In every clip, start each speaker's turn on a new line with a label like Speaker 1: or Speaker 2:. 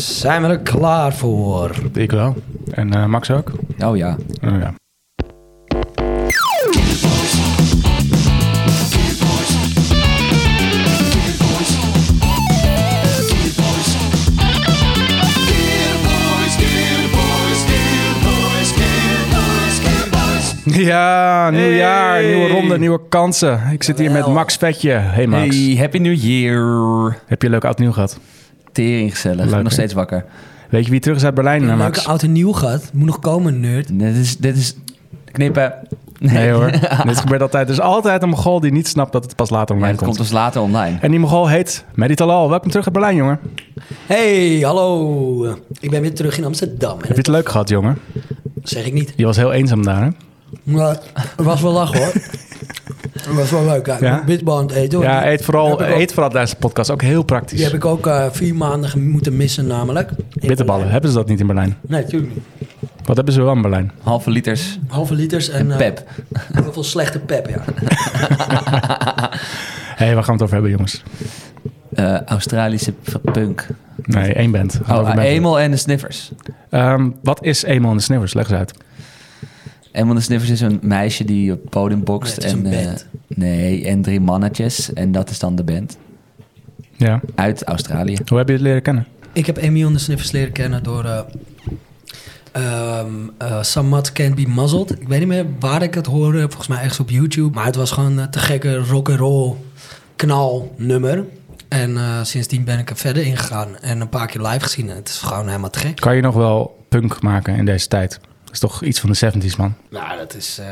Speaker 1: Zijn we er klaar voor?
Speaker 2: Ik wel. En eh, Max ook.
Speaker 1: Oh ja.
Speaker 2: Oh, ja. Ja, nieuw jaar, nieuwe ronde, nieuwe kansen. Ik zit hier met Max Vetje. Hey Max,
Speaker 3: Hey, happy new year.
Speaker 2: heb je leuk oud nieuw gehad?
Speaker 3: Tering gezellig. Ik
Speaker 2: Leuk,
Speaker 3: ben nog
Speaker 2: hè?
Speaker 3: steeds wakker.
Speaker 2: Weet je wie terug is uit Berlijn, eh,
Speaker 1: Leuke
Speaker 2: Max?
Speaker 1: oud en nieuw gehad. Moet nog komen, nerd.
Speaker 3: Dit is, dit is knippen.
Speaker 2: Nee hoor, dit gebeurt altijd. Er is altijd een Mogol die niet snapt dat het pas later
Speaker 3: Ja,
Speaker 2: online
Speaker 3: dat komt
Speaker 2: komt.
Speaker 3: dus later online.
Speaker 2: En die Mogol heet Mehdi Talal. Welkom terug uit Berlijn, jongen.
Speaker 1: Hey, hallo. Ik ben weer terug in Amsterdam. En
Speaker 2: Heb je het leuk gehad, jongen?
Speaker 1: dat zeg ik niet.
Speaker 2: Je was heel eenzaam daar, hè?
Speaker 1: Maar het was wel lach, hoor. Het was wel leuk. Ja. Ik
Speaker 2: Ja?
Speaker 1: ben bitbal aan het eten. hoor.
Speaker 2: Ja,
Speaker 1: Die-
Speaker 2: eet vooral,
Speaker 1: die heb ik ook-
Speaker 2: eet vooral tijdens de podcast. Ook heel
Speaker 1: Die
Speaker 2: praktisch.
Speaker 1: heb ik ook eh, vier maanden gem- moeten missen, namelijk. In
Speaker 2: Bitterballen,
Speaker 1: Berlijn.
Speaker 2: hebben ze dat niet in Berlijn?
Speaker 1: Nee, natuurlijk niet.
Speaker 2: Wat hebben ze wel in Berlijn?
Speaker 3: Halve liters
Speaker 1: Halve liters en... eh,
Speaker 3: pep.
Speaker 1: Heel veel slechte pep, ja.
Speaker 2: Hé, waar gaan we het over hebben, jongens?
Speaker 3: Eh, Australische p- punk.
Speaker 2: Nee, één band. Gaan we over
Speaker 3: Oh,
Speaker 2: band
Speaker 3: Emel en de Sniffers.
Speaker 2: hebben. Ehm, wat is Eenmaal in de Sniffers? Leg eens uit.
Speaker 3: Emel en de Sniffers is een meisje die op het podium bokst.
Speaker 1: Nee, het is
Speaker 3: en,
Speaker 1: een
Speaker 3: eh,
Speaker 1: band.
Speaker 3: nee, en drie mannetjes. En dat is dan de band.
Speaker 2: Ja.
Speaker 3: Uit Australië.
Speaker 2: Hoe heb je het leren kennen?
Speaker 1: Ik heb Emiel en de Sniffers leren kennen door... eh ehm eh, Samad Can't Be Muzzled. Ik weet niet meer waar ik het hoorde. Volgens mij ergens op YouTube. Maar het was gewoon eh, te gekke rock and roll knal nummer. En eh, sindsdien ben ik er verder ingegaan en een paar keer live gezien. En het is gewoon helemaal te gek.
Speaker 2: Kan je nog wel punk maken in deze tijd? Dat is toch iets van de 70s, man.
Speaker 1: Nou, dat is, eh,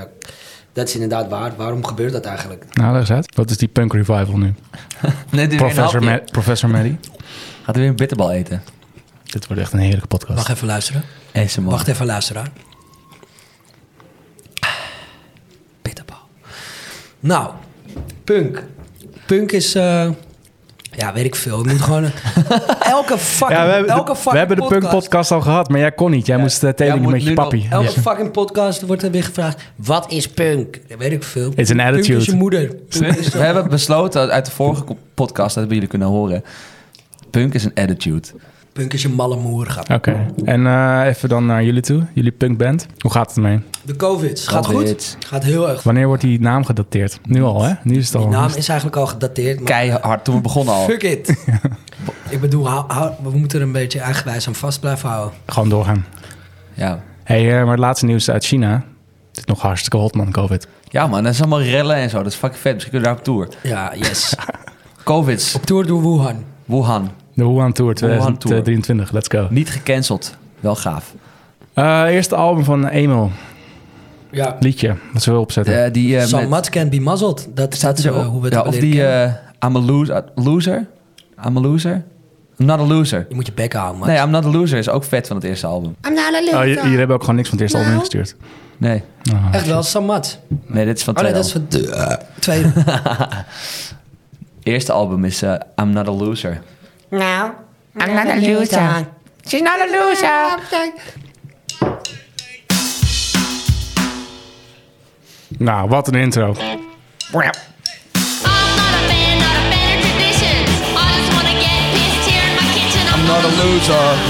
Speaker 1: dat is inderdaad waar. Waarom gebeurt dat eigenlijk?
Speaker 2: Nou, leg eens uit. Wat is die punk revival nu?
Speaker 3: Nee, dit is weer een
Speaker 2: Professor,
Speaker 3: hapje.
Speaker 2: Ma- Professor Maddy.
Speaker 3: Gaat er weer een bitterbal eten.
Speaker 2: Dit wordt echt een heerlijke podcast.
Speaker 1: Wacht even luisteren.
Speaker 3: ASMR.
Speaker 1: Wacht even luisteraar. Bitterbal. Nou, punk. Punk is... eh, ja, weet ik veel. Ik moet gewoon... eh, elke fucking,
Speaker 2: ja, we hebben,
Speaker 1: elke
Speaker 2: de,
Speaker 1: fucking
Speaker 2: we hebben de punk podcast al gehad, maar jij kon niet. Jij moest eh,
Speaker 3: jij
Speaker 2: telingen
Speaker 3: moet
Speaker 2: met je
Speaker 3: nu
Speaker 2: papi.
Speaker 3: nog-
Speaker 1: Elke
Speaker 2: Ja.
Speaker 1: fucking podcast wordt er weer gevraagd... Wat is punk? Dat weet ik veel.
Speaker 2: is een attitude.
Speaker 1: Punk is je moeder. Punk is-
Speaker 3: We hebben besloten uit de vorige ko- podcast, dat hebben jullie kunnen horen. Punk is een attitude.
Speaker 1: Punk is je malle moer. grap.
Speaker 2: Oké, en eh, even dan naar jullie toe. Jullie punkband. Hoe gaat het ermee?
Speaker 1: De covid. Gaat
Speaker 3: Covid.
Speaker 1: goed? Gaat heel erg.
Speaker 2: Wanneer wordt die naam gedateerd? Nu al, hè? Nu is het al.
Speaker 1: Die naam is eigenlijk al gedateerd. Maar
Speaker 3: Keihard toen we begonnen al.
Speaker 1: fuck it. ik bedoel, hou- hou- we moeten er een beetje eigenwijs aan vast blijven houden.
Speaker 2: Gewoon doorgaan.
Speaker 3: Ja.
Speaker 2: hey, eh, maar het laatste nieuws uit China. Het is nog hartstikke hot, man, COVID.
Speaker 3: ja man, dat is allemaal rellen en zo. Dat is fucking vet. Misschien kunnen we daar op tour.
Speaker 1: Ja, yes.
Speaker 3: Covids,
Speaker 1: Op tour door Wuhan.
Speaker 3: Wuhan.
Speaker 2: De Wuhan Tour
Speaker 3: Wuhan Tour.
Speaker 2: 2023, let's go.
Speaker 3: Niet gecanceld. Wel gaaf.
Speaker 2: Eh, eerste album van Emil.
Speaker 1: Ja.
Speaker 2: Liedje, wat ze wil opzetten.
Speaker 3: Eh, die, eh,
Speaker 1: Some
Speaker 3: met-
Speaker 1: mud can be muzzled. Dat
Speaker 3: staat
Speaker 1: staat
Speaker 3: er
Speaker 1: zo
Speaker 3: zo op.
Speaker 1: hoe we het
Speaker 3: ja,
Speaker 1: hebben
Speaker 3: Of
Speaker 1: leren
Speaker 3: die
Speaker 1: kennen.
Speaker 3: eh, I'm a loser. loser? I'm a loser? I'm not a loser.
Speaker 1: Je moet je bek houden, man.
Speaker 3: Nee, I'm not a loser is ook vet van het eerste album.
Speaker 4: I'm not a
Speaker 2: Oh, j-
Speaker 4: loser.
Speaker 2: jullie hebben ook gewoon niks van het eerste album
Speaker 4: Nou.
Speaker 2: ingestuurd.
Speaker 3: Nee,
Speaker 2: Ah.
Speaker 1: Echt wel, Samad.
Speaker 3: nee dit is van
Speaker 1: Oh
Speaker 3: het
Speaker 1: nee, dat is van de, eh, tweede.
Speaker 3: eerste album is eh, I'm not a loser.
Speaker 4: No, I'm not a loser. She's not a loser.
Speaker 2: Nou, wat een intro.
Speaker 5: I'm not a fan, not a fan of traditions. I just wanna get pissed here in my kitchen. I'm not a
Speaker 3: loser.
Speaker 5: I'm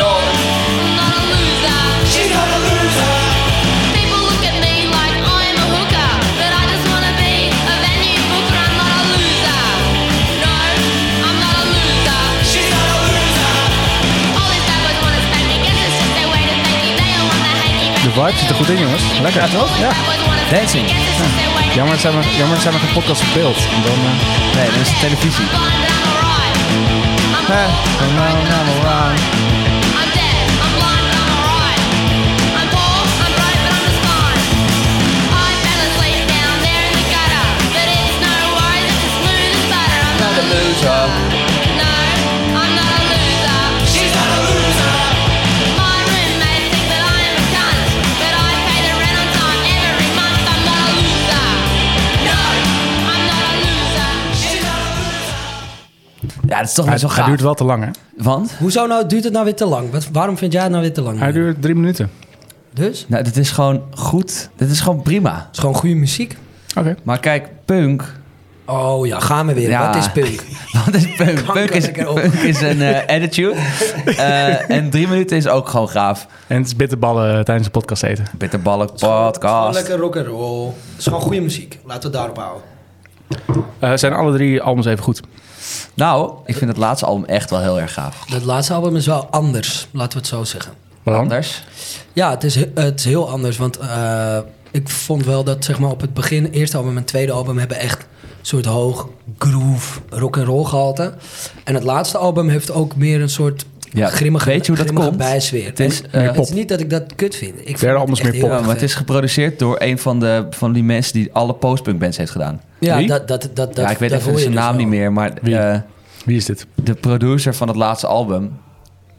Speaker 5: not a loser. She's not a loser. People look at me like I'm a hooker, but I just wanna be a venue booker. I'm not a loser. No, I'm not a loser. She's not a loser. All these bad boys wanna spank me, guess it's just their way to thank me. They all wanna hate me.
Speaker 2: De vibe zit er goed in, jongens. Lekker. Ja, toch? Ja.
Speaker 3: Dancing.
Speaker 2: Jammer dat zijn we, jammer dat zijn we geen podcast verbeeld. En dan, eh,
Speaker 3: Nee, dat is televisie.
Speaker 1: Oh, nou,
Speaker 5: I'm dead, I'm blind, but I'm alright. I'm poor, I'm broke, but I'm just fine. I fell asleep down there in the gutter, but it's no worries, it's as smooth as butter. I'm not a loser. No, I'm not a loser. She's not a loser. My roommates think that I am a cunt, but I pay the rent on time every month. I'm not a loser. No, I'm not a loser. She's not a loser.
Speaker 3: Ja, dat is toch niet zo
Speaker 2: hij, hij
Speaker 3: gaaf.
Speaker 2: duurt wel te lang, hè?
Speaker 3: Want?
Speaker 1: Hoezo nou duurt het nou weer te lang? Wat, waarom vind jij het nou weer te lang?
Speaker 2: Hij duurt drie minuten.
Speaker 1: Dus? Het
Speaker 3: Nou, dit is gewoon goed. Dit is gewoon prima.
Speaker 1: is gewoon goede muziek.
Speaker 2: Oké.
Speaker 3: Maar kijk, punk
Speaker 1: Oh ja, gaan we weer.
Speaker 3: Ja.
Speaker 1: Wat is punk?
Speaker 3: Wat is punk?
Speaker 1: Kanker
Speaker 3: Punk is,
Speaker 1: lekker op.
Speaker 3: punk is een eh, attitude. Eh, en drie minuten is ook gewoon gaaf.
Speaker 2: En het is bitterballen eh, tijdens de podcast eten.
Speaker 3: Bitterballen
Speaker 1: Gewoon
Speaker 3: podcast.
Speaker 1: lekker rock and roll. Het is gewoon goede muziek. Laten we het daarop houden.
Speaker 2: Eh, zijn alle drie albums even goed?
Speaker 3: Nou, ik vind het laatste album echt wel heel erg gaaf.
Speaker 1: Dat laatste album is wel anders, laten we het zo zeggen.
Speaker 2: Waarom?
Speaker 3: Anders?
Speaker 1: Ja, het is, he- het is heel anders. Want eh, ik vond wel dat zeg maar, op het begin, eerste album en tweede album hebben echt een soort hoog groove rock and roll gehalte. En het laatste album heeft ook meer een soort
Speaker 3: Ja,
Speaker 1: grimmige,
Speaker 3: weet je hoe dat
Speaker 1: grimmige
Speaker 3: komt?
Speaker 1: bijsfeer.
Speaker 3: Het is,
Speaker 1: En
Speaker 3: eh,
Speaker 1: het is niet dat ik dat kut vind. Ik vind
Speaker 2: Derde
Speaker 1: het
Speaker 2: album is
Speaker 1: echt heel
Speaker 2: meer pop.
Speaker 3: Ja, Nou, maar het is geproduceerd door een van, de, van die mensen die alle postpunk bands heeft gedaan.
Speaker 1: Ja,
Speaker 2: Wie?
Speaker 1: dat, dat, dat, dat,
Speaker 3: ja, ik weet
Speaker 1: dat
Speaker 3: even
Speaker 1: hoor je
Speaker 3: zijn
Speaker 1: dus
Speaker 3: naam
Speaker 1: wel.
Speaker 3: niet meer, maar
Speaker 2: Wie?
Speaker 3: eh,
Speaker 2: Wie is dit?
Speaker 3: de producer van het laatste album.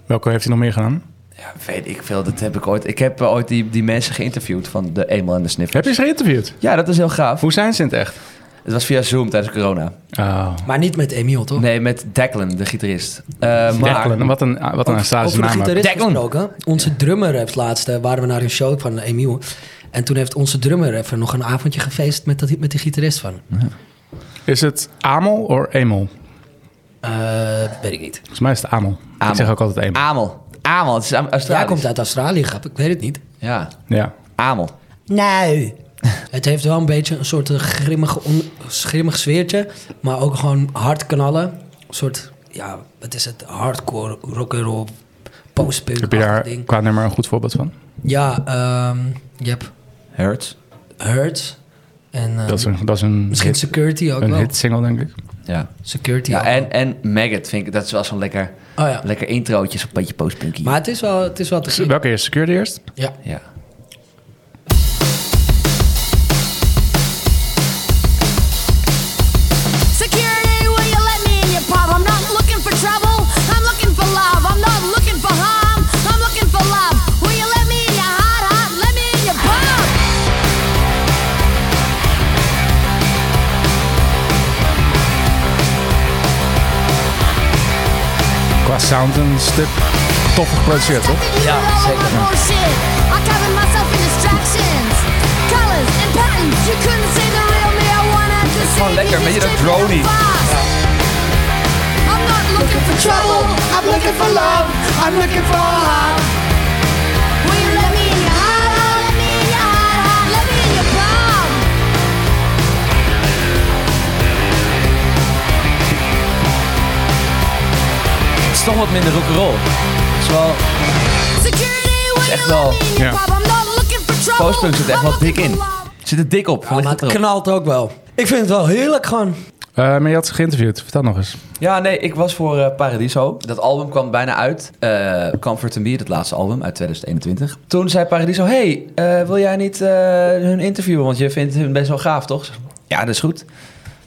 Speaker 2: Welke heeft hij nog meer gedaan?
Speaker 3: Ja, weet ik veel, dat heb ik ooit. Ik heb eh, ooit die, die mensen geïnterviewd van de Emel en de Sniffer.
Speaker 2: Heb je ze geïnterviewd?
Speaker 3: Ja, dat is heel gaaf.
Speaker 2: Hoe zijn ze in het echt?
Speaker 3: Het was via Zoom tijdens corona.
Speaker 2: Oh.
Speaker 1: Maar niet met Emiel, toch?
Speaker 3: Nee, met Declan, de gitarist. Eh, maar,
Speaker 2: Declan, wat een, wat een Australische
Speaker 1: Over de
Speaker 2: naam. ook.
Speaker 1: gitarist
Speaker 3: Declan.
Speaker 1: gesproken. Onze drummer heeft laatst, eh, waren we naar een show van Emiel. En toen heeft onze drummer even nog een avondje gefeest met, dat, met die gitarist van.
Speaker 2: Is het Amel of Emel?
Speaker 1: Eh, weet ik niet.
Speaker 2: Volgens mij is het Amel. Ah.
Speaker 3: Amel.
Speaker 2: Ik zeg ook altijd Emel.
Speaker 3: Amel. Amel, het is Am- Australisch.
Speaker 1: Jij komt uit Australië, grap. Ik weet het niet.
Speaker 3: Ja,
Speaker 2: Ja.
Speaker 3: Amel.
Speaker 1: Nee. Het heeft wel een beetje een soort eh, grimmige on- grimmig sfeertje. Maar ook gewoon hard knallen. Een soort, ja, wat is het? Hardcore rock'n'roll postpunk
Speaker 2: Heb je daar
Speaker 1: ding.
Speaker 2: qua nummer een goed voorbeeld van?
Speaker 1: Ja, ehm, je hebt
Speaker 3: Hurts.
Speaker 1: Hurt. En eh,
Speaker 2: dat, is een, dat is een,
Speaker 1: misschien
Speaker 2: hit,
Speaker 1: Security ook
Speaker 2: een
Speaker 1: wel.
Speaker 2: hit single, denk ik.
Speaker 3: Ja.
Speaker 1: Security
Speaker 3: Ja,
Speaker 1: ook
Speaker 3: en,
Speaker 1: wel.
Speaker 3: en Maggot vind ik, dat is wel zo'n lekker,
Speaker 1: Oh ja.
Speaker 3: lekker introotje, zo'n beetje postpunkie.
Speaker 1: Maar het is wel, het is wel te
Speaker 2: S-
Speaker 1: gek.
Speaker 2: Welke eerst? Security eerst?
Speaker 1: Ja.
Speaker 3: Ja.
Speaker 5: Security, will you let me in your pub? I'm not looking for trouble. I'm looking for love. I'm not looking for harm. I'm looking for love. Will you let me in your heart, heart? Let me in your pub.
Speaker 2: Qua sound een stuk toffer geproduceerd, toch?
Speaker 5: Ja, zeker. Oh, I covered myself in distractions, colors and patterns. You couldn't see the real me. I wanted to see.
Speaker 3: Gewoon lekker,
Speaker 5: me
Speaker 3: een beetje dat
Speaker 5: just driven
Speaker 3: drony.
Speaker 5: fast. I'm not looking for trouble. I'm looking for love. I'm looking for love. Will you let me in your heart? Oh, let me in your heart. Oh, let me in your palm.
Speaker 3: Het is toch wat minder rock'n'roll. Het is wel...
Speaker 5: Security, will
Speaker 3: echt
Speaker 5: you let
Speaker 3: wel-
Speaker 5: me in your
Speaker 2: Ja.
Speaker 5: pub? I'm not looking for trouble.
Speaker 3: Postpunk zit echt
Speaker 5: I'm
Speaker 3: wel
Speaker 5: looking
Speaker 3: dik in.
Speaker 5: for love.
Speaker 3: Zit er dik op.
Speaker 1: Ja, maar het knalt ook wel. Ik vind het wel heerlijk gewoon.
Speaker 2: Eh, maar je had ze geïnterviewd. Vertel nog eens.
Speaker 3: Ja, nee, ik was voor eh, Paradiso. Dat album kwam bijna uit. Eh Comfort and Be, het laatste album uit 2021. Toen zei Paradiso, hey, eh, wil jij niet eh, hun interviewen? Want je vindt hun best wel gaaf, toch? Ik zeg, Ja, dat is goed.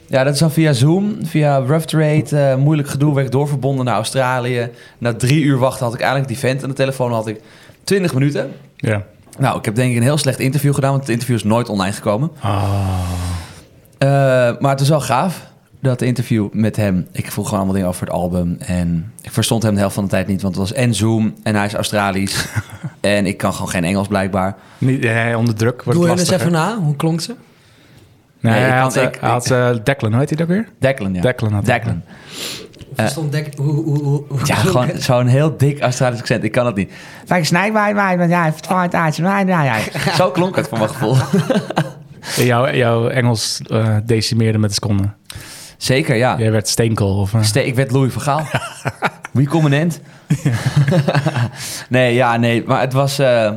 Speaker 3: Ja, dat is dan via Zoom, via Rough Trade. eh, moeilijk gedoe, werd ik doorverbonden naar Australië. Na drie uur wachten had ik eindelijk die vent aan de telefoon. Had ik 20 minuten.
Speaker 2: Ja.
Speaker 3: Nou, ik heb denk ik een heel slecht interview gedaan, want het interview is nooit online gekomen.
Speaker 2: Ah.
Speaker 3: Eh, maar het was wel gaaf, dat interview met hem. Ik vroeg gewoon allemaal dingen over het album. En ik verstond hem de helft van de tijd niet, want het was en Zoom en hij is Australisch. en ik kan gewoon geen Engels blijkbaar.
Speaker 2: Niet, nee, onder druk wordt
Speaker 1: Doe je
Speaker 2: het
Speaker 1: eens
Speaker 2: lastiger.
Speaker 1: even na. Hoe klonk ze?
Speaker 2: Nee,
Speaker 3: Nee, ik
Speaker 2: hij
Speaker 3: kan-
Speaker 2: had, eh,
Speaker 3: ik-
Speaker 2: hij had eh, Declan, hoe heet hij dat weer?
Speaker 3: Declan, ja.
Speaker 2: Declan had hij.
Speaker 3: Declan.
Speaker 1: Verstond dek... Hoe, hoe, hoe, hoe-
Speaker 3: Ja, gewoon zo'n heel dik Australisch accent. Ik kan dat niet.
Speaker 6: Vaak snijdt mij, mij, want ja, het valt uit. Mij, mij, mij.
Speaker 3: Zo klonk het voor mijn gevoel.
Speaker 2: Eh, Jouw, jouw Engels eh, decimeerde met de seconde.
Speaker 3: Zeker, ja.
Speaker 2: Jij werd Steenkel. Of, eh,
Speaker 3: Ste- ik werd Louis van Gaal. We come an end. nee, ja, nee. Maar het was... eh,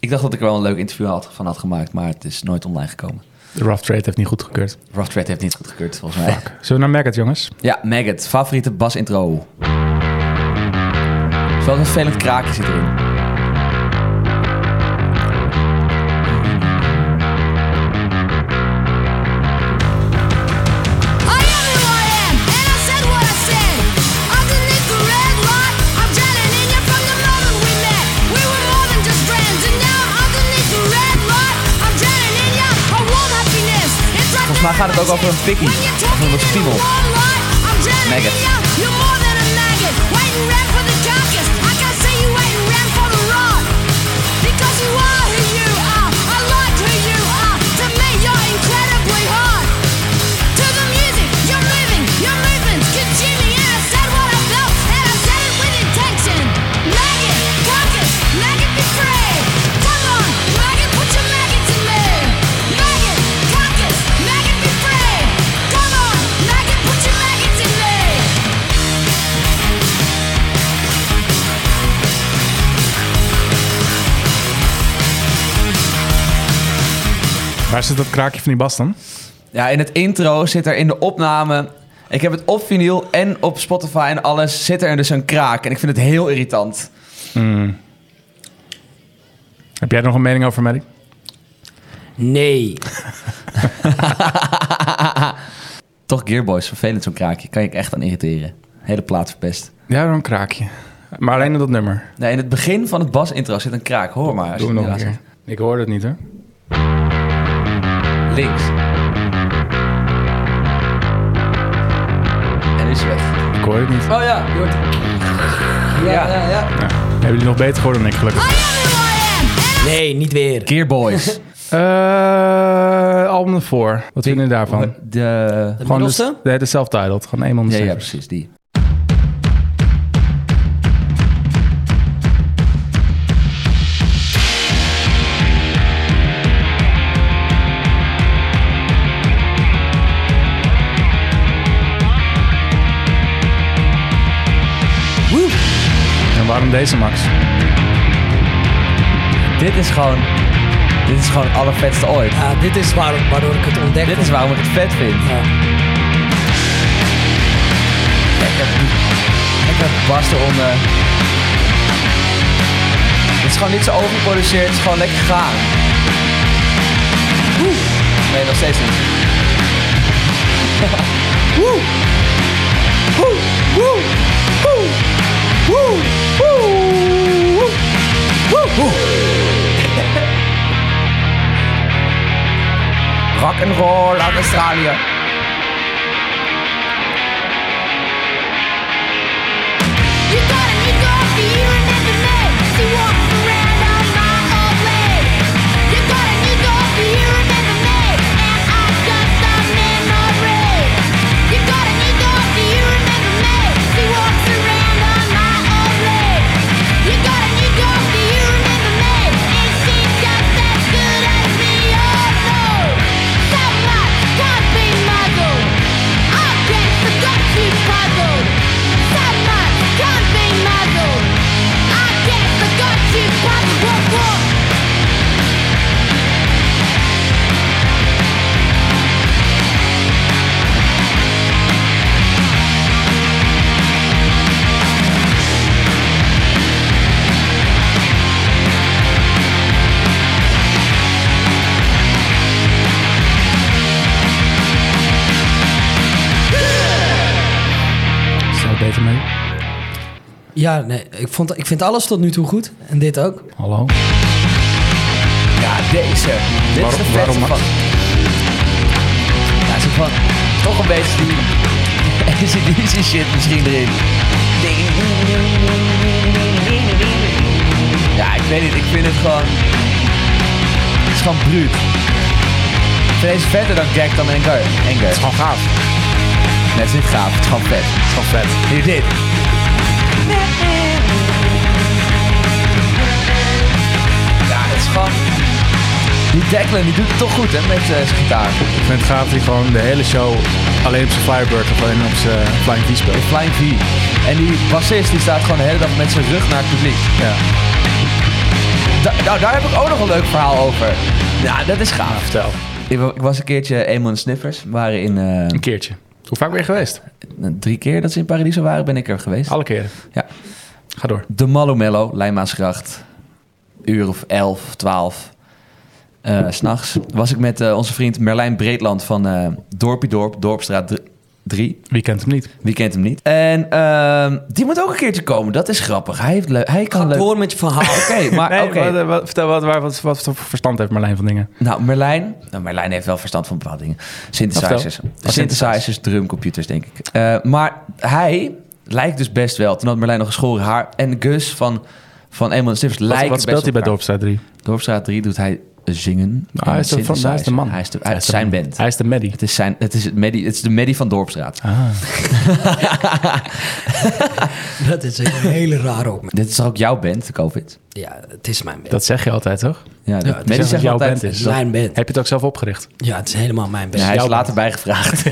Speaker 3: ik dacht dat ik er wel een leuk interview had, van had gemaakt, maar het is nooit online gekomen.
Speaker 2: de rough trade heeft niet goed gekeurd.
Speaker 3: Rough Trade heeft niet goed gekeurd, volgens mij.
Speaker 2: Zullen we naar Maggot, jongens?
Speaker 3: Ja, Maggot. Favoriete basintro. Zo'n vervelend kraakje zit erin.
Speaker 5: I am who I am, and I said what I said. Underneath the red light, I'm drowning in you from the moment we met. We were more than just friends, and now underneath the red light, I'm drowning in you. I want happiness. It's right
Speaker 3: Volgens mij gaat het ook over een pikkie. Of een spiegel. Maggot.
Speaker 5: You're more than a maggot, waiting round for the carcass. I can see you waiting round for the rot. Because you are who you are. I like who you are. To me, you're incredibly hot. To the music,
Speaker 2: Waar zit dat kraakje van die bas dan?
Speaker 3: Ja, in het intro zit er in de opname. Ik heb het op vinyl en op Spotify en alles. Zit er dus een kraak. En ik vind het heel irritant.
Speaker 2: Heb jij er nog een mening over, Melly?
Speaker 7: Nee.
Speaker 3: Toch Gearboys, vervelend zo'n kraakje. Kan je echt aan irriteren. Hele plaat verpest.
Speaker 2: Ja, dan een kraakje. Maar alleen op dat nummer.
Speaker 3: Nee, in het begin van het basintro zit een kraak. Hoor maar. als
Speaker 2: Doe hem
Speaker 3: je
Speaker 2: nog een
Speaker 3: het
Speaker 2: keer. Ik hoor het niet, hè?
Speaker 3: inderdaad- Links. En nu is hij weg.
Speaker 2: Ik hoor het niet.
Speaker 3: Oh ja, je hoort Ja, ja, ja.
Speaker 2: Ja. Hebben jullie nog beter gehoord dan ik, gelukkig.
Speaker 7: Nee, niet weer.
Speaker 3: Gearboys.
Speaker 2: Eh album ervoor. Wat vinden jullie daarvan?
Speaker 3: De...
Speaker 7: De
Speaker 2: Gewoon de,
Speaker 7: middelste?
Speaker 2: de, de self-titled. Gewoon één man de
Speaker 3: Ja, ja,
Speaker 2: cijfers.
Speaker 3: precies, die.
Speaker 2: En waarom deze, Max?
Speaker 3: Dit is gewoon... Dit is gewoon het allervetste ooit.
Speaker 1: Ja, dit is waar, waardoor ik het ontdekte.
Speaker 3: Dit is waarom ik het vet vind.
Speaker 1: Ja.
Speaker 3: Lekker, lekker bas eronder. Het is gewoon niet zo overgeproduceerd, het is gewoon lekker gaan. Woe. Nee, nog steeds niet. Woe. Woe. Woe. Woe. Woe. Woe. Woe. Woe. Rock and roll uit Australië.
Speaker 5: You got a new dog for you and then the men. She walks around on my old leg. You got a new dog for you and then the men. And I've got some memories. You got a new dog for you and then the men. She walks around on my old leg. You got a new dog for you and then the men. And she's just as good as me. Oh no, so much can't be muzzled. I've been forgot you puzzled. So much can't be muzzled. I get forgot you puzzled. Whoop whoop.
Speaker 2: Is dat beter, Melly?
Speaker 1: Ja, nee, ik, vond, ik vind alles tot nu toe goed. En dit ook.
Speaker 2: Hallo?
Speaker 3: Ja, deze. Dit
Speaker 2: Waarom-
Speaker 3: is de
Speaker 2: waarom-
Speaker 3: vetste van. Ja, ze van toch een beetje die easy shit misschien erin. Ja, ik weet niet. Ik vind het gewoon... Het is gewoon bruut. Ik vind deze verder dan Gag dan Anger. Anger.
Speaker 2: Gewoon gaaf.
Speaker 3: Nee, het is niet gaaf. Het is gewoon vet.
Speaker 2: Gewoon vet.
Speaker 3: Hier dit. Ja, het is gewoon... Die Declan, die doet het toch goed, hè, met eh, zijn gitaar.
Speaker 2: Ik vind het gaaf dat hij gewoon de hele show alleen op zijn Firebird of alleen op zijn eh, Flying V speelt.
Speaker 3: Flying V. En die bassist, die staat gewoon de hele dag met zijn rug naar het publiek.
Speaker 2: Ja.
Speaker 3: Da- nou, daar heb ik ook nog een leuk verhaal over. Ja, dat is gaaf.
Speaker 2: Vertel.
Speaker 3: Ik, wa- ik was een keertje eenmaal in Sniffers. We waren in... eh,
Speaker 2: Een keertje. Hoe vaak ben je geweest?
Speaker 3: drie keer dat ze in Paradiso waren, ben ik er geweest.
Speaker 2: Alle keren.
Speaker 3: Ja.
Speaker 2: Ga door.
Speaker 3: De Mallomello, Leimaasgracht. Uur of elf, twaalf. eh, S S'nachts was ik met eh, onze vriend Merlijn Breedland van eh Dorpie Dorp, Dorpstraat dr- 3.
Speaker 2: Wie kent hem niet?
Speaker 3: Wie kent hem niet? En ehm, die moet ook een keertje komen. Dat is grappig. Hij, heeft leu- hij kan
Speaker 1: Ga
Speaker 3: leuk...
Speaker 1: door met je verhaal.
Speaker 3: Oké, maar
Speaker 2: Nee,
Speaker 3: Ah, oké.
Speaker 2: wat, eh, wat- vertel wat, waar- wat, wat, voor verstand heeft Marlijn van dingen?
Speaker 3: Nou, Merlijn. Nou, Merlijn heeft wel verstand van bepaalde dingen. Synthesizers.
Speaker 2: vertel.
Speaker 3: Oh, synthesizers, drumcomputers, denk ik. Eh, maar hij lijkt dus best wel. Toen had Merlijn nog geschoren haar. En Gus van, van Eenmaal en Stiffers
Speaker 2: Wat,
Speaker 3: lijken
Speaker 2: wat
Speaker 3: best
Speaker 2: speelt hij
Speaker 3: op
Speaker 2: bij
Speaker 3: elkaar.
Speaker 2: Dorpstraat 3?
Speaker 3: Dorpstraat 3 doet hij zingen.
Speaker 2: Nou, hij, is de, van, hij is de man.
Speaker 3: Hij is, de, hij is zijn
Speaker 2: de-
Speaker 3: band.
Speaker 2: Hij is de Maddy.
Speaker 3: Het is, zijn, het, is het, Medi, het is de Medi van Dorpstraat.
Speaker 1: dat is een hele rare opmerking.
Speaker 3: Dit is toch ook jouw band, de COVID?
Speaker 1: Ja, het is mijn band.
Speaker 2: Dat zeg je altijd, toch?
Speaker 3: Ja, de
Speaker 1: het is
Speaker 3: Medi
Speaker 1: echt
Speaker 3: zegt
Speaker 2: jouw
Speaker 3: altijd...
Speaker 2: band is.
Speaker 1: Het is mijn band.
Speaker 2: Heb je het ook zelf opgericht?
Speaker 1: Ja, het is helemaal mijn band.
Speaker 3: Ja, hij is
Speaker 2: jouw
Speaker 3: later bijgevraagd.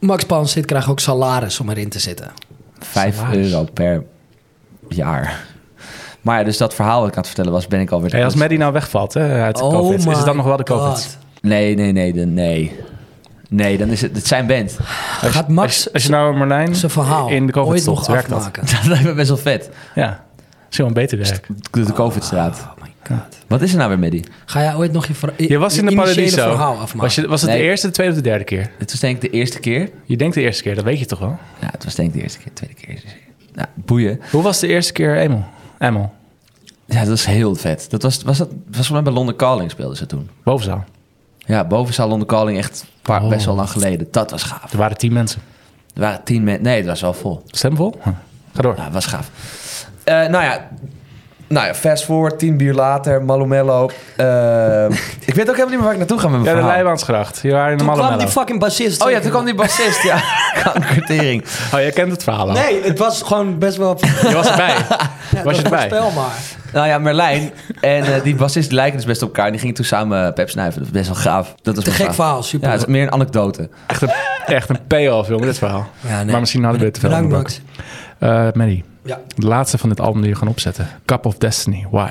Speaker 1: Max Pans zit krijgt ook salaris om erin te zitten.
Speaker 3: Vijf
Speaker 2: Salaris.
Speaker 3: euro per jaar. Maar ja, dus dat verhaal wat ik aan het vertellen was, ben ik alweer...
Speaker 2: Hey, als Maddie nou wegvalt hè, uit de COVID, is het dan
Speaker 1: Oh my
Speaker 2: nog wel de COVID?
Speaker 1: God.
Speaker 3: Nee, nee, nee, de- nee. Nee, dan is het, het zijn band.
Speaker 1: Gaat Max
Speaker 2: Als, als je nou Marlijn
Speaker 1: zijn verhaal
Speaker 2: in de COVID
Speaker 1: ooit
Speaker 2: stopt,
Speaker 1: nog
Speaker 2: werkt dat?
Speaker 1: afmaken?
Speaker 3: Dat lijkt me best wel vet.
Speaker 2: Ja, misschien wel een beter werk.
Speaker 3: De, de Covidstraat.
Speaker 1: Oh my god.
Speaker 3: Wat is er nou weer met die?
Speaker 1: Ga jij ooit nog je, ver-
Speaker 2: Je was in de
Speaker 1: initiële
Speaker 2: Paradiso.
Speaker 1: verhaal afmaken?
Speaker 2: Was, je, was het de
Speaker 3: Nee.
Speaker 2: eerste, de tweede of de derde keer?
Speaker 3: Het was denk ik de eerste keer.
Speaker 2: Je denkt de eerste keer, dat weet je toch wel?
Speaker 3: Ja, het was denk ik de eerste keer, tweede keer. eerste keer. Nou, boeien.
Speaker 2: Hoe was de eerste keer Emel? Emel,
Speaker 3: Ja, dat was heel vet. Dat was, was, dat, was volgens mij bij London Calling speelden ze toen.
Speaker 2: bovenzaal.
Speaker 3: Ja, boven Salon de Calling echt een paar,
Speaker 2: Oh.
Speaker 3: best wel lang geleden. Dat was gaaf.
Speaker 2: Er waren tien mensen.
Speaker 3: Er waren tien mensen. Nee, het was wel vol.
Speaker 2: Stemvol? Huh. Ga door.
Speaker 3: Nou, het was gaaf. Eh, nou ja. Nou ja, fast forward, tien bier later, Malumello. Eh, ik weet ook helemaal niet meer waar ik naartoe ga met mijn
Speaker 2: Ja, de
Speaker 3: verhaal.
Speaker 2: Leibaansgracht. Je waren in de
Speaker 1: Toen kwam die
Speaker 2: Malamello.
Speaker 1: fucking bassist.
Speaker 3: Oh ja, toen kwam die bassist, ja. Kankertering.
Speaker 2: Oh, jij kent het verhaal al.
Speaker 1: Nee, het was gewoon best wel...
Speaker 2: Je was erbij. was je erbij?
Speaker 1: Spel maar.
Speaker 3: Nou ja, Merlijn en eh, die bassist lijken dus best op elkaar. En die gingen toen samen eh, pep snuiven. Dat is best wel gaaf. Dat is
Speaker 1: Te gek verhaal, super.
Speaker 3: Ja, het is meer een anekdote.
Speaker 2: Echt een, echt een payoff, jongen, dit verhaal.
Speaker 1: Ja, nee.
Speaker 2: Maar misschien hadden we het te veel
Speaker 1: Bedankt,
Speaker 2: aan de
Speaker 1: Max.
Speaker 2: bak. Eh, Mary,
Speaker 1: Ja.
Speaker 2: de laatste van dit album die we gaan opzetten. Cup of Destiny, why?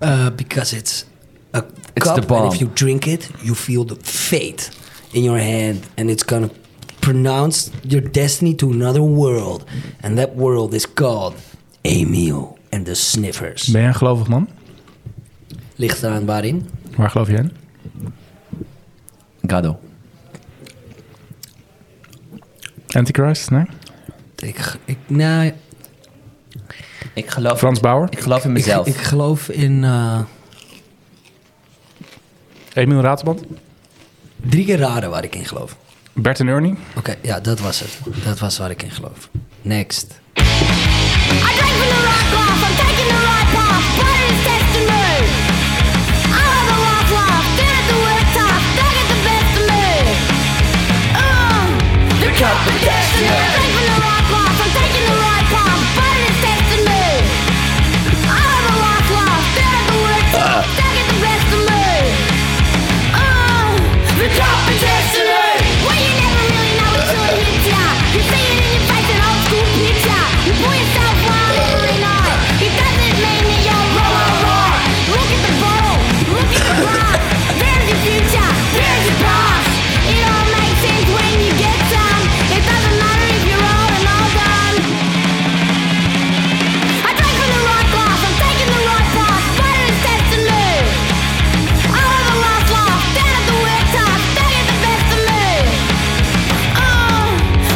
Speaker 1: Uh, because it's a
Speaker 3: It's
Speaker 1: cup,
Speaker 3: the bomb.
Speaker 1: and if you drink it, you feel the fate in your hand, and it's gonna pronounce your destiny to another world, and that world is called Emil and the Sniffers.
Speaker 2: Ben jij een gelovig man?
Speaker 1: Ligt eraan waarin?
Speaker 2: Waar geloof je in?
Speaker 3: Gado.
Speaker 2: Antichrist? Nee?
Speaker 1: Ik, ik, nou,
Speaker 3: Ik geloof,
Speaker 2: Frans Bauer?
Speaker 3: ik geloof in
Speaker 1: ik,
Speaker 3: mezelf.
Speaker 1: ik geloof in eh,
Speaker 2: Emiel Ratelband?
Speaker 1: drie keer raden waar ik in geloof.
Speaker 2: Bert en Ernie?
Speaker 1: Oké, ja, dat was het. Dat was waar ik in geloof. Next.
Speaker 8: I'm drinking the right glass, I'm taking the right path, but it's testing me. I'll have a rough laugh, get at the work tough, don't get the best of me. Uh, Ooh, the cup of destiny. I'm drinking the right glass, I'm taking the right path, but it's testing me. I'll have a rough laugh, get at the work tough, don't get the best of me. Ooh, the cup of destiny. Well, you never really know until it hits ya. You see it in your face, an old school picture. You pull yourself out every night. It doesn't mean that you're wrong, alright. Look at the ball, look at the glass. There's your future, there's your past. It all makes sense when you get some. It doesn't matter if you're old and all done. I drank from the right glass, I'm taking the right path, but it's destiny. I'll have a last laugh, down at the worktop, they get the best of me. Oh,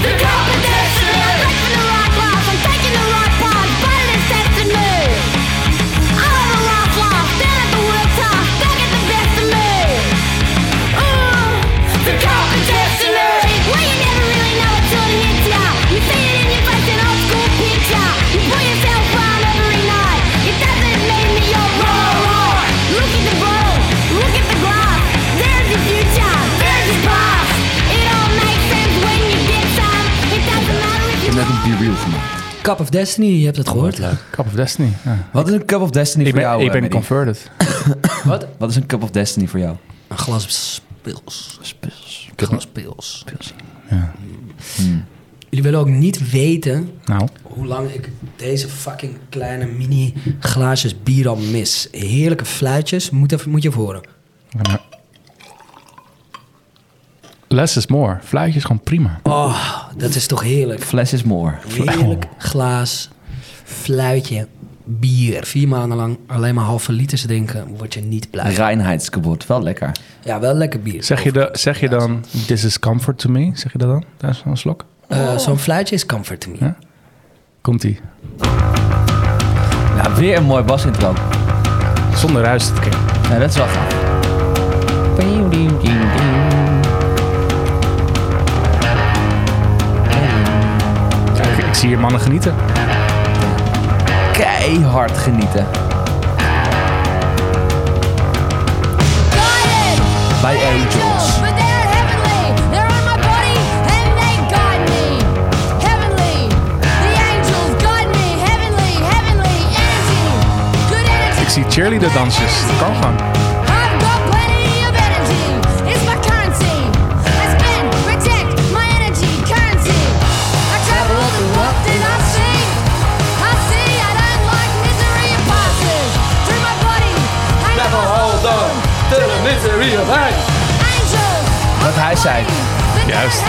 Speaker 8: the cup of destiny. I drank from the right glass, I'm taking the right path, but it's destiny. I'll have a last laugh, down at the worktop, they get the best of me. The cup of destiny. Well, you never really know until it hits ya. You see it in your face, an old school picture. You pull yourself out every night. It doesn't mean that you're wrong. alright. Look at the bottle, look at the glass. There's your future, there's your past. It all makes sense when you get some. It doesn't matter if
Speaker 3: heb net
Speaker 8: you're wrong.
Speaker 3: een B-reel gemaakt.
Speaker 1: Cup of Destiny, je hebt het gehoord.
Speaker 2: Cup of Destiny. ja.
Speaker 3: Wat is een Cup of Destiny
Speaker 2: Ik
Speaker 3: voor
Speaker 2: ben,
Speaker 3: jou?
Speaker 2: ik
Speaker 3: eh,
Speaker 2: ben
Speaker 3: Mehdi?
Speaker 2: converted.
Speaker 3: Wat? Wat is een Cup of Destiny voor jou?
Speaker 1: Een glas pils.
Speaker 3: Spils.
Speaker 1: Een glas pils. Hmm. Jullie willen ook niet weten
Speaker 2: Nou,
Speaker 1: hoe lang ik deze fucking kleine mini glaasjes bier al mis. Heerlijke fluitjes, moet, even, moet je even horen.
Speaker 2: less is more. Fluitje is gewoon prima.
Speaker 1: Oh, dat is toch heerlijk.
Speaker 3: Fles is more.
Speaker 1: Heerlijk glaas, fluitje, bier. Vier maanden lang alleen maar halve liters drinken, word je niet blij.
Speaker 3: Reinheidsgebot. Wel lekker.
Speaker 1: Ja, wel lekker bier.
Speaker 2: Zeg je, de, zeg je dan, this is comfort to me? Zeg je dat dan? Daar is een slok.
Speaker 1: Eh, Zo'n fluitje is comfort to me.
Speaker 2: Ja? Komt-ie.
Speaker 3: Nou, weer een mooi basintro.
Speaker 2: Zonder ruis dit keer.
Speaker 3: Nou, dat is wel gaaf.
Speaker 2: Kijk, ik zie hier mannen genieten.
Speaker 3: Keihard genieten.
Speaker 8: Guided
Speaker 3: By
Speaker 8: by angels,
Speaker 3: angels.
Speaker 8: but they're heavenly. They're on my body and they guide me. Heavenly, the angels guide me. Heavenly, heavenly energy, good energy.
Speaker 2: Ik zie cheerleader dansjes. Dat kan gewoon.
Speaker 8: I've got plenty of energy. It's my currency. I spend, protect my energy currency. I travel the world and I see. I see I don't like misery apart.
Speaker 3: misery of life. Wat hij zei.
Speaker 2: Juist.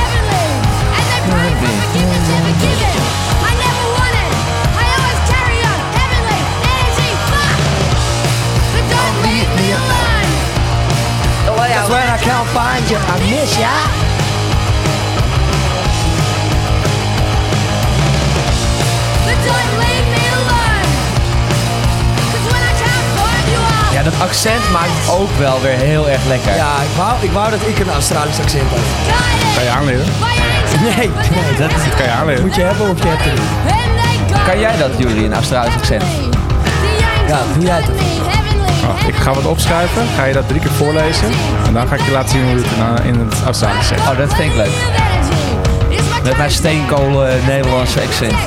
Speaker 8: That's when I can't find you, I miss ya. But don't leave me alone. 'Cause when I can't find you, I
Speaker 3: Ja, dat accent maakt het ook wel weer heel erg lekker.
Speaker 1: Ja, ik wou, ik wou dat ik een Australisch accent had.
Speaker 2: Kan je aanleren?
Speaker 1: Nee, nee, dat
Speaker 2: Kan je aanleren?
Speaker 1: moet je hebben of je hebt het niet.
Speaker 3: Kan jij dat, Jury, een Australisch accent?
Speaker 8: Ja, doe jij het.
Speaker 2: Oh, ik ga wat opschrijven. Ga je dat drie keer voorlezen. En dan ga ik je laten zien hoe je het in- eh, in het Australisch zegt.
Speaker 3: Oh, dat vind ik leuk. Met mijn steenkolen eh, Nederlandse accent.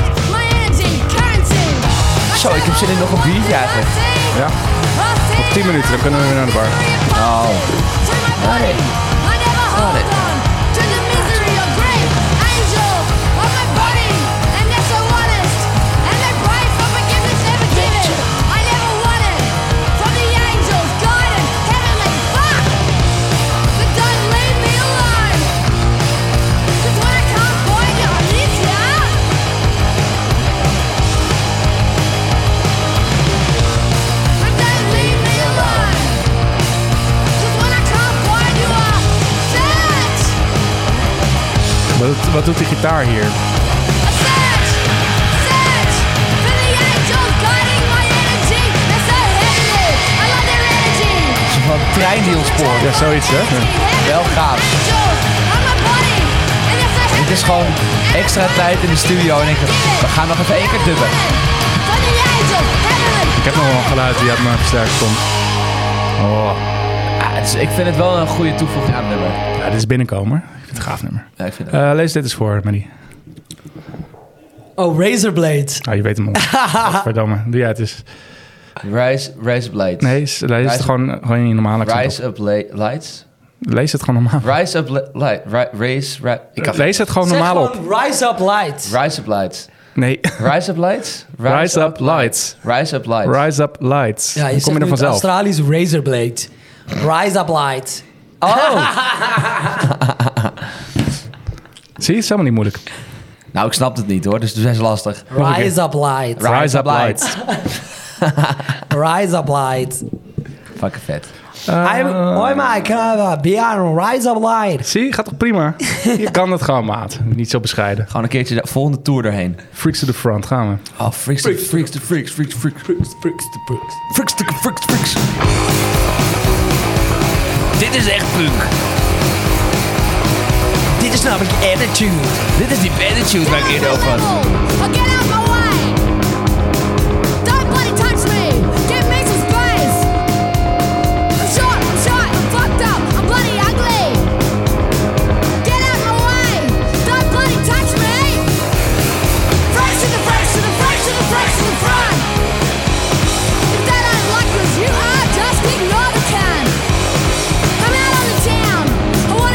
Speaker 3: Zo, ik heb zin in nog een biertje eigenlijk.
Speaker 2: Ja. Nog 10 minuten, dan kunnen we weer naar de bar.
Speaker 3: Oh.
Speaker 8: Allee. Allee.
Speaker 2: Wat, doet- wat doet die gitaar hier?
Speaker 3: Het is wel een treindeelspoor.
Speaker 2: Ja, zoiets hè?
Speaker 3: Wel gaaf. Dit is gewoon extra tijd in de studio en ik we gaan nog even één keer dubben.
Speaker 2: Ik heb nog wel een geluid die uit mijn versterker komt. Oh,
Speaker 3: Ja, Ah, het is- ik vind het wel een goede toevoeging aan het nummer.
Speaker 2: ja, dit is binnenkomen. Ik vind het een gaaf nummer.
Speaker 3: Ja, ik vind het.
Speaker 2: Eh, lees dit eens voor, Marie.
Speaker 1: Oh, Razorblade.
Speaker 2: Ah, je weet hem al. Verdomme, doe jij het eens.
Speaker 3: Rise, rise up lights.
Speaker 2: Nee, s- lees
Speaker 3: Rise-
Speaker 2: het gewoon, gewoon in je normale accent
Speaker 3: Rise up la- lights.
Speaker 2: op. Lees het gewoon normaal.
Speaker 3: Rise up li- light. Ri- raise. Ri- ik kan
Speaker 2: Lees het gewoon
Speaker 1: Zeg
Speaker 2: normaal op.
Speaker 1: gewoon Rise Up Light.
Speaker 3: Rise up lights.
Speaker 2: Nee,
Speaker 3: Rise up lights.
Speaker 2: Rise Up Lights.
Speaker 3: Rise up lights.
Speaker 2: Rise Up Lights.
Speaker 1: Ja,
Speaker 2: Dan
Speaker 1: je zegt
Speaker 2: kom je
Speaker 1: nu
Speaker 2: er
Speaker 1: het
Speaker 2: vanzelf.
Speaker 1: Australisch Razorblade. Rise Up Light.
Speaker 2: Zie je, het is helemaal niet moeilijk.
Speaker 3: Nou, ik snap het niet hoor, dus dat is lastig.
Speaker 1: Rise Up Light.
Speaker 3: Rise,
Speaker 2: Rise
Speaker 3: up
Speaker 2: Up
Speaker 3: lights.
Speaker 1: Rise Up Light.
Speaker 3: Fucking vet.
Speaker 2: Ah.
Speaker 1: I'm, oh my god, be on Rise Up Light.
Speaker 2: Zie je, gaat toch prima? Je kan het gewoon, maat. Niet zo bescheiden.
Speaker 3: Gewoon een keertje de volgende tour erheen.
Speaker 2: Freaks to the front, gaan we.
Speaker 3: Oh, freaks to freaks to freaks, freaks to freaks, freaks to freaks, freaks to freaks, freaks. Dit is echt punk.
Speaker 1: Dit is namelijk Attitude.
Speaker 3: Dit is die attitude waar ik eerder over had.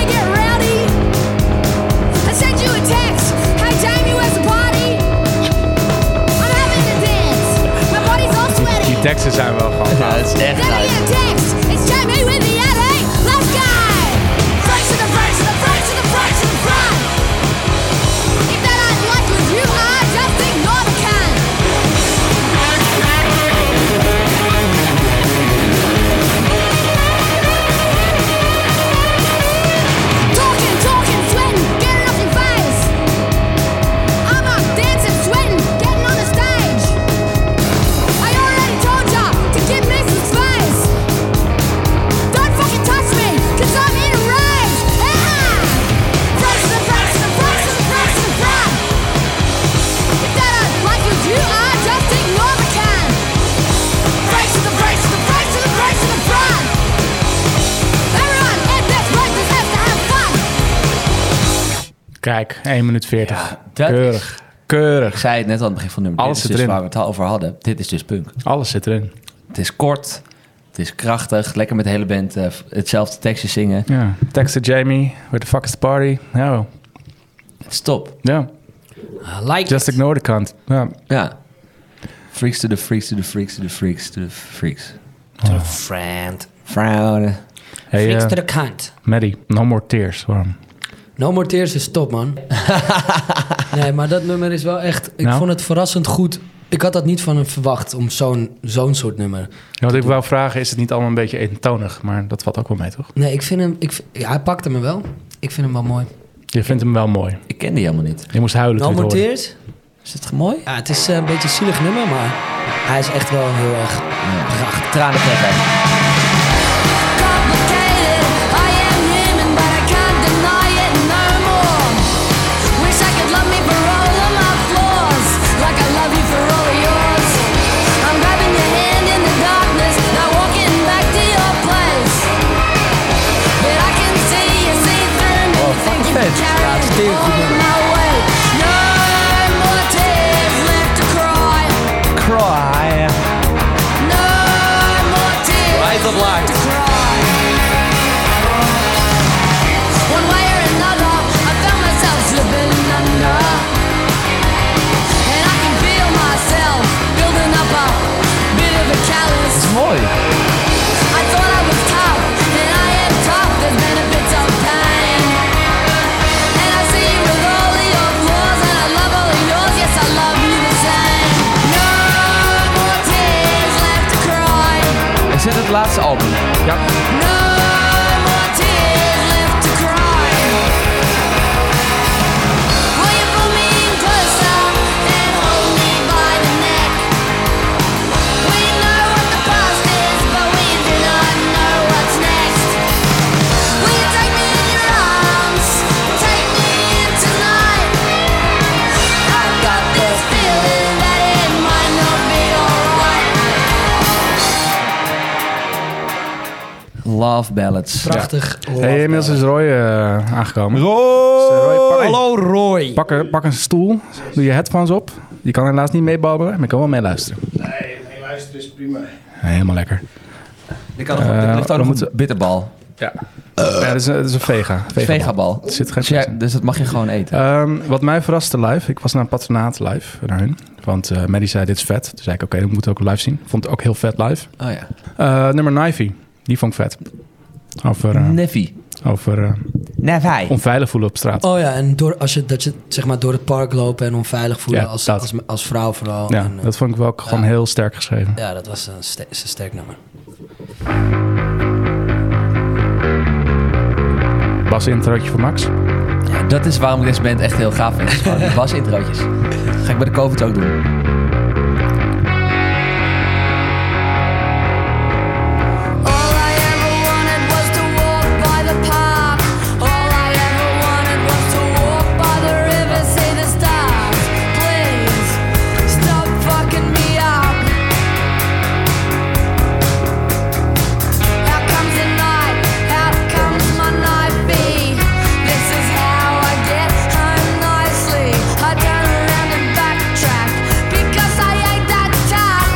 Speaker 8: Get rowdy. I sent you a text. Hey Jamie, where's the party? I'm having a dance. My body's all sweaty.
Speaker 2: Die teksten zijn wel gewoon.
Speaker 3: Ja,
Speaker 2: gaaf.
Speaker 3: dat Nou, is echt eh,
Speaker 8: Send me
Speaker 3: nice.
Speaker 8: a text. It's Jamie with the LA. Let's go. Fresh to the fresh to the fresh to the fresh to the front. If that ain't like what you are, just ignore the can. Talking, talking, sweating, getting off your face. I'm up dancing, sweating, getting on the stage. I already told ya to give me some space. Don't fucking touch me, cause I'm in a rage. Ah! Fresh and fresh and fresh and fresh and fresh. If that ain't like what you are, just ignore the can. Fresh and fresh and fresh and fresh and fresh. Everyone at this break just has to have fun.
Speaker 2: Kijk, 1 minuut 40.
Speaker 3: dat
Speaker 2: Keurig. Keurig.
Speaker 3: Ik zei het net aan het begin van het nummer.
Speaker 2: Alles
Speaker 3: dit is dus
Speaker 2: zit erin.
Speaker 3: waar we het al over hadden. Dit is dus punk.
Speaker 2: Alles zit erin.
Speaker 3: Het is kort. Het is krachtig. Lekker met de hele band eh, hetzelfde tekstje zingen.
Speaker 2: Ja. Teksten Jamie, where the fuck is the party? Ja,
Speaker 3: Stop.
Speaker 2: ja.
Speaker 1: I like
Speaker 2: Just
Speaker 1: it.
Speaker 2: ignore the kant. Ja.
Speaker 3: Ja. Freaks to the freaks to the freaks to the freaks to the freaks.
Speaker 1: friend.
Speaker 3: Vrouwen.
Speaker 2: Hey, eh,
Speaker 1: Flinkster kant.
Speaker 2: Maddie, no more tears. Waarom?
Speaker 1: No More Tears is top, man. nee, maar dat nummer is wel echt... Ik
Speaker 2: Nou?
Speaker 1: vond het verrassend goed. Ik had dat niet van hem verwacht, om zo'n zo'n soort nummer.
Speaker 2: Ja, wat ik wou vragen, is het niet allemaal een beetje eentonig? Maar dat valt ook wel mee, toch?
Speaker 1: Nee, ik vind hem... Ik, v- ja, hij pakte me wel. Ik vind hem wel mooi.
Speaker 2: Je vindt hem wel mooi.
Speaker 3: Ik ken die helemaal niet.
Speaker 2: Je moest huilen
Speaker 1: No
Speaker 2: toen je
Speaker 1: More
Speaker 2: het hoorde.
Speaker 1: Tears?
Speaker 3: Is het mooi?
Speaker 1: Ja, het is eh, een beetje een zielig nummer, maar hij is echt wel heel erg...
Speaker 3: Prachtig. Tranen trekken.
Speaker 5: Complicated, I am human, but I can't deny it no more. Wish I could love me for all of my flaws, like I love you for all of yours. I'm grabbing your hand in the darkness, now walking back to your place. But I can see you see through me.
Speaker 3: Oh,
Speaker 5: Thank
Speaker 3: fucking
Speaker 5: you for
Speaker 3: bitch.
Speaker 5: carrying
Speaker 3: That's deep,
Speaker 5: all of
Speaker 3: man.
Speaker 5: my weight. No more tears left to cry.
Speaker 3: Cry.
Speaker 5: No more tears
Speaker 3: Eyes of light.
Speaker 5: to cry. One way or another, I found myself slipping under. And I can feel myself building up a bit of a callus.
Speaker 3: Het is mooi.
Speaker 5: I thought I was tough, and I am tough. There's benefits of pain. And I see you with all of your flaws, and I love all of yours. Yes, I love you the same. No more tears left to cry.
Speaker 3: Is dit het laatste album?
Speaker 5: No more tears left to cry. Will you pull me in closer and hold me by the neck? We know what the past is, but we do not know what's next. Will you take me in your arms? Take me in tonight. I've got this feeling that it might not be alright.
Speaker 3: Love Ballads.
Speaker 1: Prachtig.
Speaker 2: Hey, inmiddels is Roy eh, aangekomen.
Speaker 4: Roy!
Speaker 7: Hallo Roy.
Speaker 2: Pak, een- pak een stoel, doe je headphones op. Je kan helaas niet meebabbelen, maar je kan wel meeluisteren.
Speaker 9: Nee, nee, luister is prima.
Speaker 2: Helemaal lekker.
Speaker 3: Er kan nog, er ligt
Speaker 2: we
Speaker 3: ook nog een
Speaker 2: moeten-
Speaker 3: Eh, bitterbal.
Speaker 2: Ja, ja dat, is een, dat is een vega. vegabal.
Speaker 3: Vegabal.
Speaker 2: Er zit geen
Speaker 3: Dus, jij-
Speaker 2: vlees in.
Speaker 3: dus dat mag je gewoon eten.
Speaker 2: Ehm, wat mij verraste live, ik was naar een patronaat live naar hun. Want eh Maddie zei, dit is vet. Toen zei ik, oké, dat moet ook live zien. Vond het ook heel vet live.
Speaker 3: oh ja.
Speaker 2: Eh, nummer Nivey, die vond ik vet. Over, eh,
Speaker 3: Neffy.
Speaker 2: over eh,
Speaker 3: Neffy.
Speaker 2: onveilig voelen op straat.
Speaker 1: Oh ja, en door, als je, dat je zeg maar, door het park lopen en onveilig voelen
Speaker 2: Ja,
Speaker 1: als,
Speaker 2: dat.
Speaker 1: als, als vrouw vooral.
Speaker 2: ja,
Speaker 1: En, eh,
Speaker 2: dat vond ik wel gewoon
Speaker 1: ja.
Speaker 2: heel sterk geschreven.
Speaker 1: ja, dat was een, ste- is een sterk nummer.
Speaker 2: Bas introotje voor Max.
Speaker 3: Ja, dat is waarom ik deze band echt heel gaaf vind. Het is Gewoon die basintrootjes. Ga ik bij de COVID ook doen.
Speaker 5: All I ever wanted was to walk by the park. All I ever wanted was to walk by the river, see the stars. Please stop fucking me up. Out comes the night, out comes my night bee. This is how I get home nicely. I turn around and backtrack because I ain't that tough.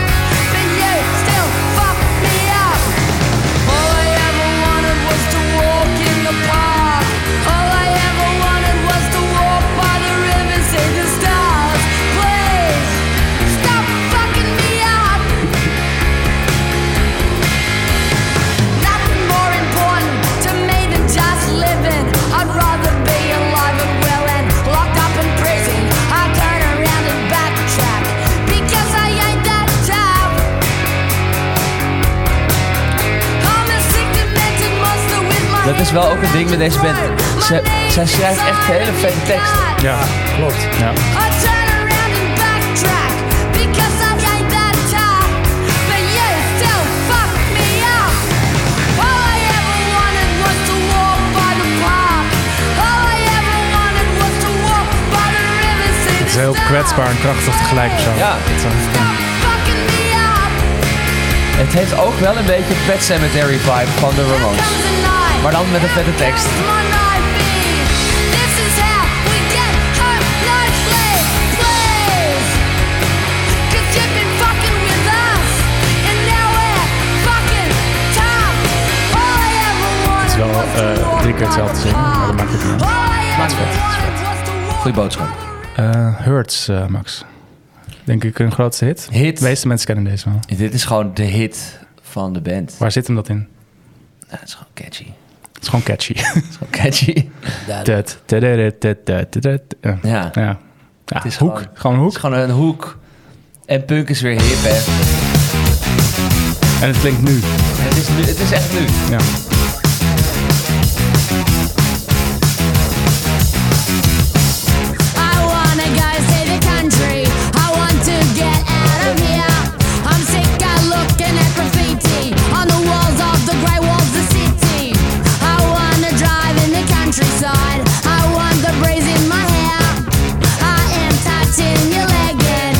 Speaker 5: But you still fuck me up. All I ever wanted was to walk in the park. All I ever wanted was to walk by the river, see the stars. Please stop fucking me up. Nothing more important to me than just living. I'd rather be alive and well and locked up in prison. I turn around and backtrack because I ain't that tough.
Speaker 3: Dat is wel ook een ding met deze band. Ze- zij schrijft echt hele vette teksten.
Speaker 2: Ja, klopt. Ja.
Speaker 5: Het
Speaker 2: Het is heel kwetsbaar en krachtig tegelijk of zo.
Speaker 3: Ja.
Speaker 2: Het, eh,
Speaker 3: Het heeft ook wel een beetje Pet Cemetery vibe van de Ramones. Maar dan met een vette tekst.
Speaker 5: Het is wel eh, drie keer hetzelfde zingen, maar dat maakt het niet uit.
Speaker 3: Maakt het uit. Goeie boodschap.
Speaker 2: eh, Hurts, eh, Max. Denk ik hun grootste hit.
Speaker 3: Hit.
Speaker 2: De meeste mensen kennen deze wel.
Speaker 3: Dit is gewoon de hit van de band.
Speaker 2: Waar zit hem dat in?
Speaker 3: Ja, het is gewoon catchy.
Speaker 2: Het is gewoon catchy.
Speaker 3: Het is gewoon catchy.
Speaker 1: Duidelijk.
Speaker 2: Tet, tederet, tet, tet, tederet. Ja.
Speaker 3: Ja.
Speaker 2: Ja. Ja,
Speaker 3: is
Speaker 2: hoek.
Speaker 3: gewoon-
Speaker 2: Gewoon, een
Speaker 3: Het is
Speaker 2: hoek.
Speaker 3: gewoon een hoek. En punk is weer hip, hè.
Speaker 2: En het klinkt nu.
Speaker 3: Het is, nu, het is echt nu.
Speaker 2: Ja.
Speaker 5: I wanna go see the country. I want to get out of here. I'm sick of looking at graffiti on the walls of the grey walls of the city. I wanna drive in the countryside. I want the breeze in my hair. I am touching your leg in.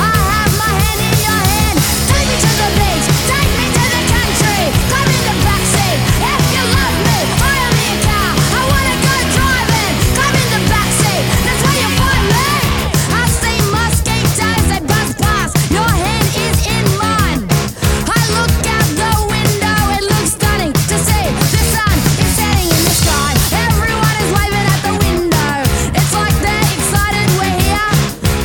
Speaker 5: I have my hand in your hand. Take me to the beach. Take me to the country. Come in the backseat. If you love me, hire me a car. I wanna go driving. Come in the backseat. That's where you find me. I see mosquitoes that buzz past. Your hand is in mine. I look out the window. It looks stunning to see the sun is setting in the sky. Everyone is waving at the window. It's like they're excited we're here.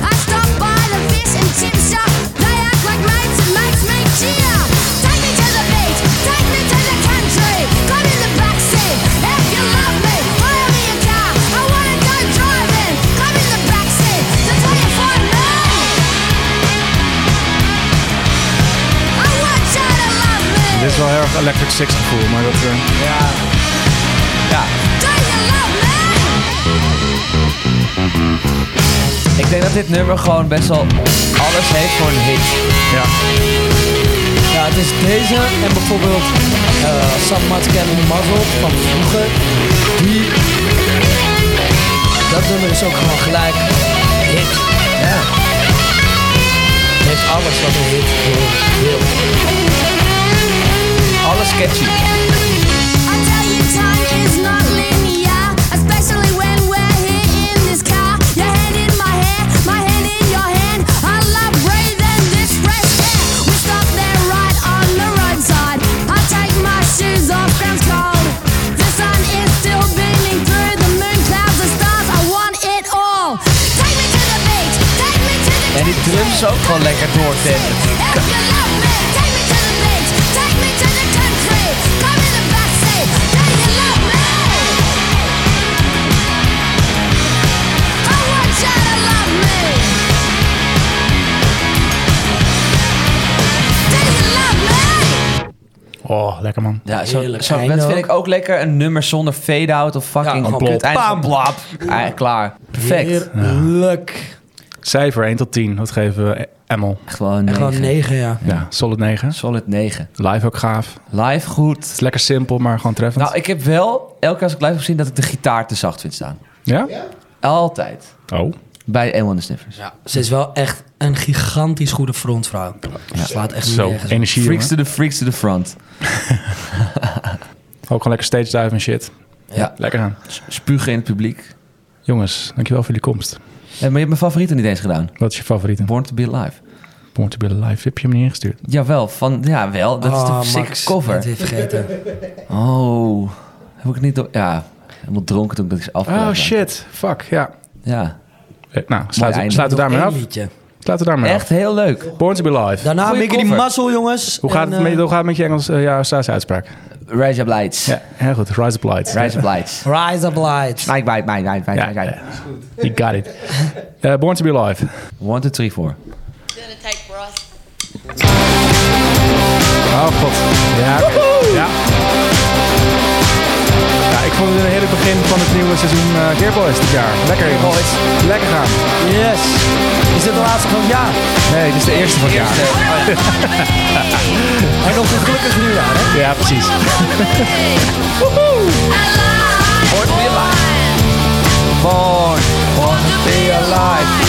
Speaker 5: I stop by the fish and chip shop. They act like mates and makes me cheer. Take me to the beach. Take me to the country. Come in the backseat. If you love me, hire me a car. I wanna go driving. Come in the backseat. That's where you find me. I want you to love me.
Speaker 2: Dit is wel heel erg Electric Six gevoel, maar dat... eh,
Speaker 5: Do you love me?
Speaker 3: Ik denk dat dit nummer gewoon best wel alles heeft voor een hit.
Speaker 2: ja.
Speaker 1: Ja, het is deze en bijvoorbeeld eh Sam Matken en Marvel van vroeger. Die, dat nummer is ook gewoon gelijk hit. Ja. Het heeft alles wat een hit wil.
Speaker 3: Alles catchy.
Speaker 5: I tell you, time is not linear, especially when we're here in this car. Your hand in my hair, my hand in your hand. I love breathing this fresh air. We stop there right on the roadside. I take my shoes off, ground's cold. The sun is still beaming through the moon clouds and stars. I want it all. Take me to the beach, take me to the
Speaker 3: En die drums ook gewoon lekker doortemmen.
Speaker 2: Oh, lekker man.
Speaker 3: Ja, zo,
Speaker 1: Heerlijk
Speaker 3: zo,
Speaker 1: einde
Speaker 3: dat vind
Speaker 1: ook.
Speaker 3: ik ook lekker. Een nummer zonder fade-out of fucking...
Speaker 1: Ja, gewoon
Speaker 3: het
Speaker 1: plop.
Speaker 3: einde van- Ah, klaar. Perfect.
Speaker 1: Heerlijk.
Speaker 2: Cijfer 1 tot 10. Wat geven we Emmel?
Speaker 3: Echt wel een
Speaker 1: En gewoon
Speaker 3: 9.
Speaker 1: negen, ja.
Speaker 2: Ja, solid 9.
Speaker 3: Solid 9.
Speaker 2: Live ook gaaf. Het
Speaker 3: Live goed.
Speaker 2: is lekker simpel, maar gewoon treffend.
Speaker 3: Nou, ik heb wel, elke keer als ik live heb gezien, dat ik de gitaar te zacht vind staan.
Speaker 2: ja?
Speaker 3: Altijd.
Speaker 2: Oh.
Speaker 3: Bij Eel en de Sniffers.
Speaker 1: Ze is wel echt een gigantisch goede frontvrouw. Ze slaat echt
Speaker 2: Zo,
Speaker 1: nergens op.
Speaker 2: energie.
Speaker 3: Freaks
Speaker 2: jongen.
Speaker 3: to the freaks to the front.
Speaker 2: Ook gewoon lekker stage dive en shit.
Speaker 3: Ja.
Speaker 2: Lekker aan.
Speaker 3: Spugen in het publiek.
Speaker 2: Jongens, dankjewel voor jullie komst.
Speaker 3: Ja, maar je hebt mijn favorieten niet eens gedaan.
Speaker 2: Wat is je favoriete?
Speaker 3: Born to be alive.
Speaker 2: Born to be alive. Heb je hem niet ingestuurd?
Speaker 3: Jawel, van, ja, wel. Dat
Speaker 1: Ah,
Speaker 3: is de sick
Speaker 1: Max,
Speaker 3: cover.
Speaker 1: Dat heb je vergeten.
Speaker 3: Oh, heb ik het niet door... Ja, helemaal dronken toen ik dat is afgeleid.
Speaker 2: Oh
Speaker 3: had.
Speaker 2: shit. Fuck, ja.
Speaker 3: Ja,
Speaker 2: Eh, Nou, sluiten
Speaker 3: einde.
Speaker 2: sluit we daarmee
Speaker 1: Eén
Speaker 2: af.
Speaker 1: liedje.
Speaker 2: Sluiten we daarmee
Speaker 3: echt heel leuk.
Speaker 2: af. Born to be alive.
Speaker 1: Daarna
Speaker 3: Goeie
Speaker 1: heb ik die
Speaker 3: cover.
Speaker 1: mazzel, jongens.
Speaker 2: Hoe gaat,
Speaker 1: En,
Speaker 2: het met,
Speaker 1: eh,
Speaker 2: hoe gaat het met je Engels, eh, ja, Australische uitspraak?
Speaker 3: Rise Up Lights.
Speaker 2: Ja, heel goed. Rise up lights.
Speaker 3: Rise Up Lights.
Speaker 1: eh, Rise up lights.
Speaker 3: Mike, Mike, Mike, Mike, Mike,
Speaker 2: Ja,
Speaker 3: Mike, Mike.
Speaker 2: ja. You got it. Eh, Born to be alive.
Speaker 3: One, two, three, four.
Speaker 5: Gonna take for us.
Speaker 2: Oh god. Ja, oké. ja. ja. Ik vond het een hele begin van het nieuwe seizoen eh Gearboys dit jaar. Lekker Gearboys. Lekker gaan.
Speaker 1: Yes. Is dit de laatste van het jaar?
Speaker 2: Nee, dit is de eerste van het jaar.
Speaker 1: En nog een gelukkig nieuwjaar, hè?
Speaker 2: Ja, precies.
Speaker 5: Alive.
Speaker 3: Born to be alive. Born, born to be alive.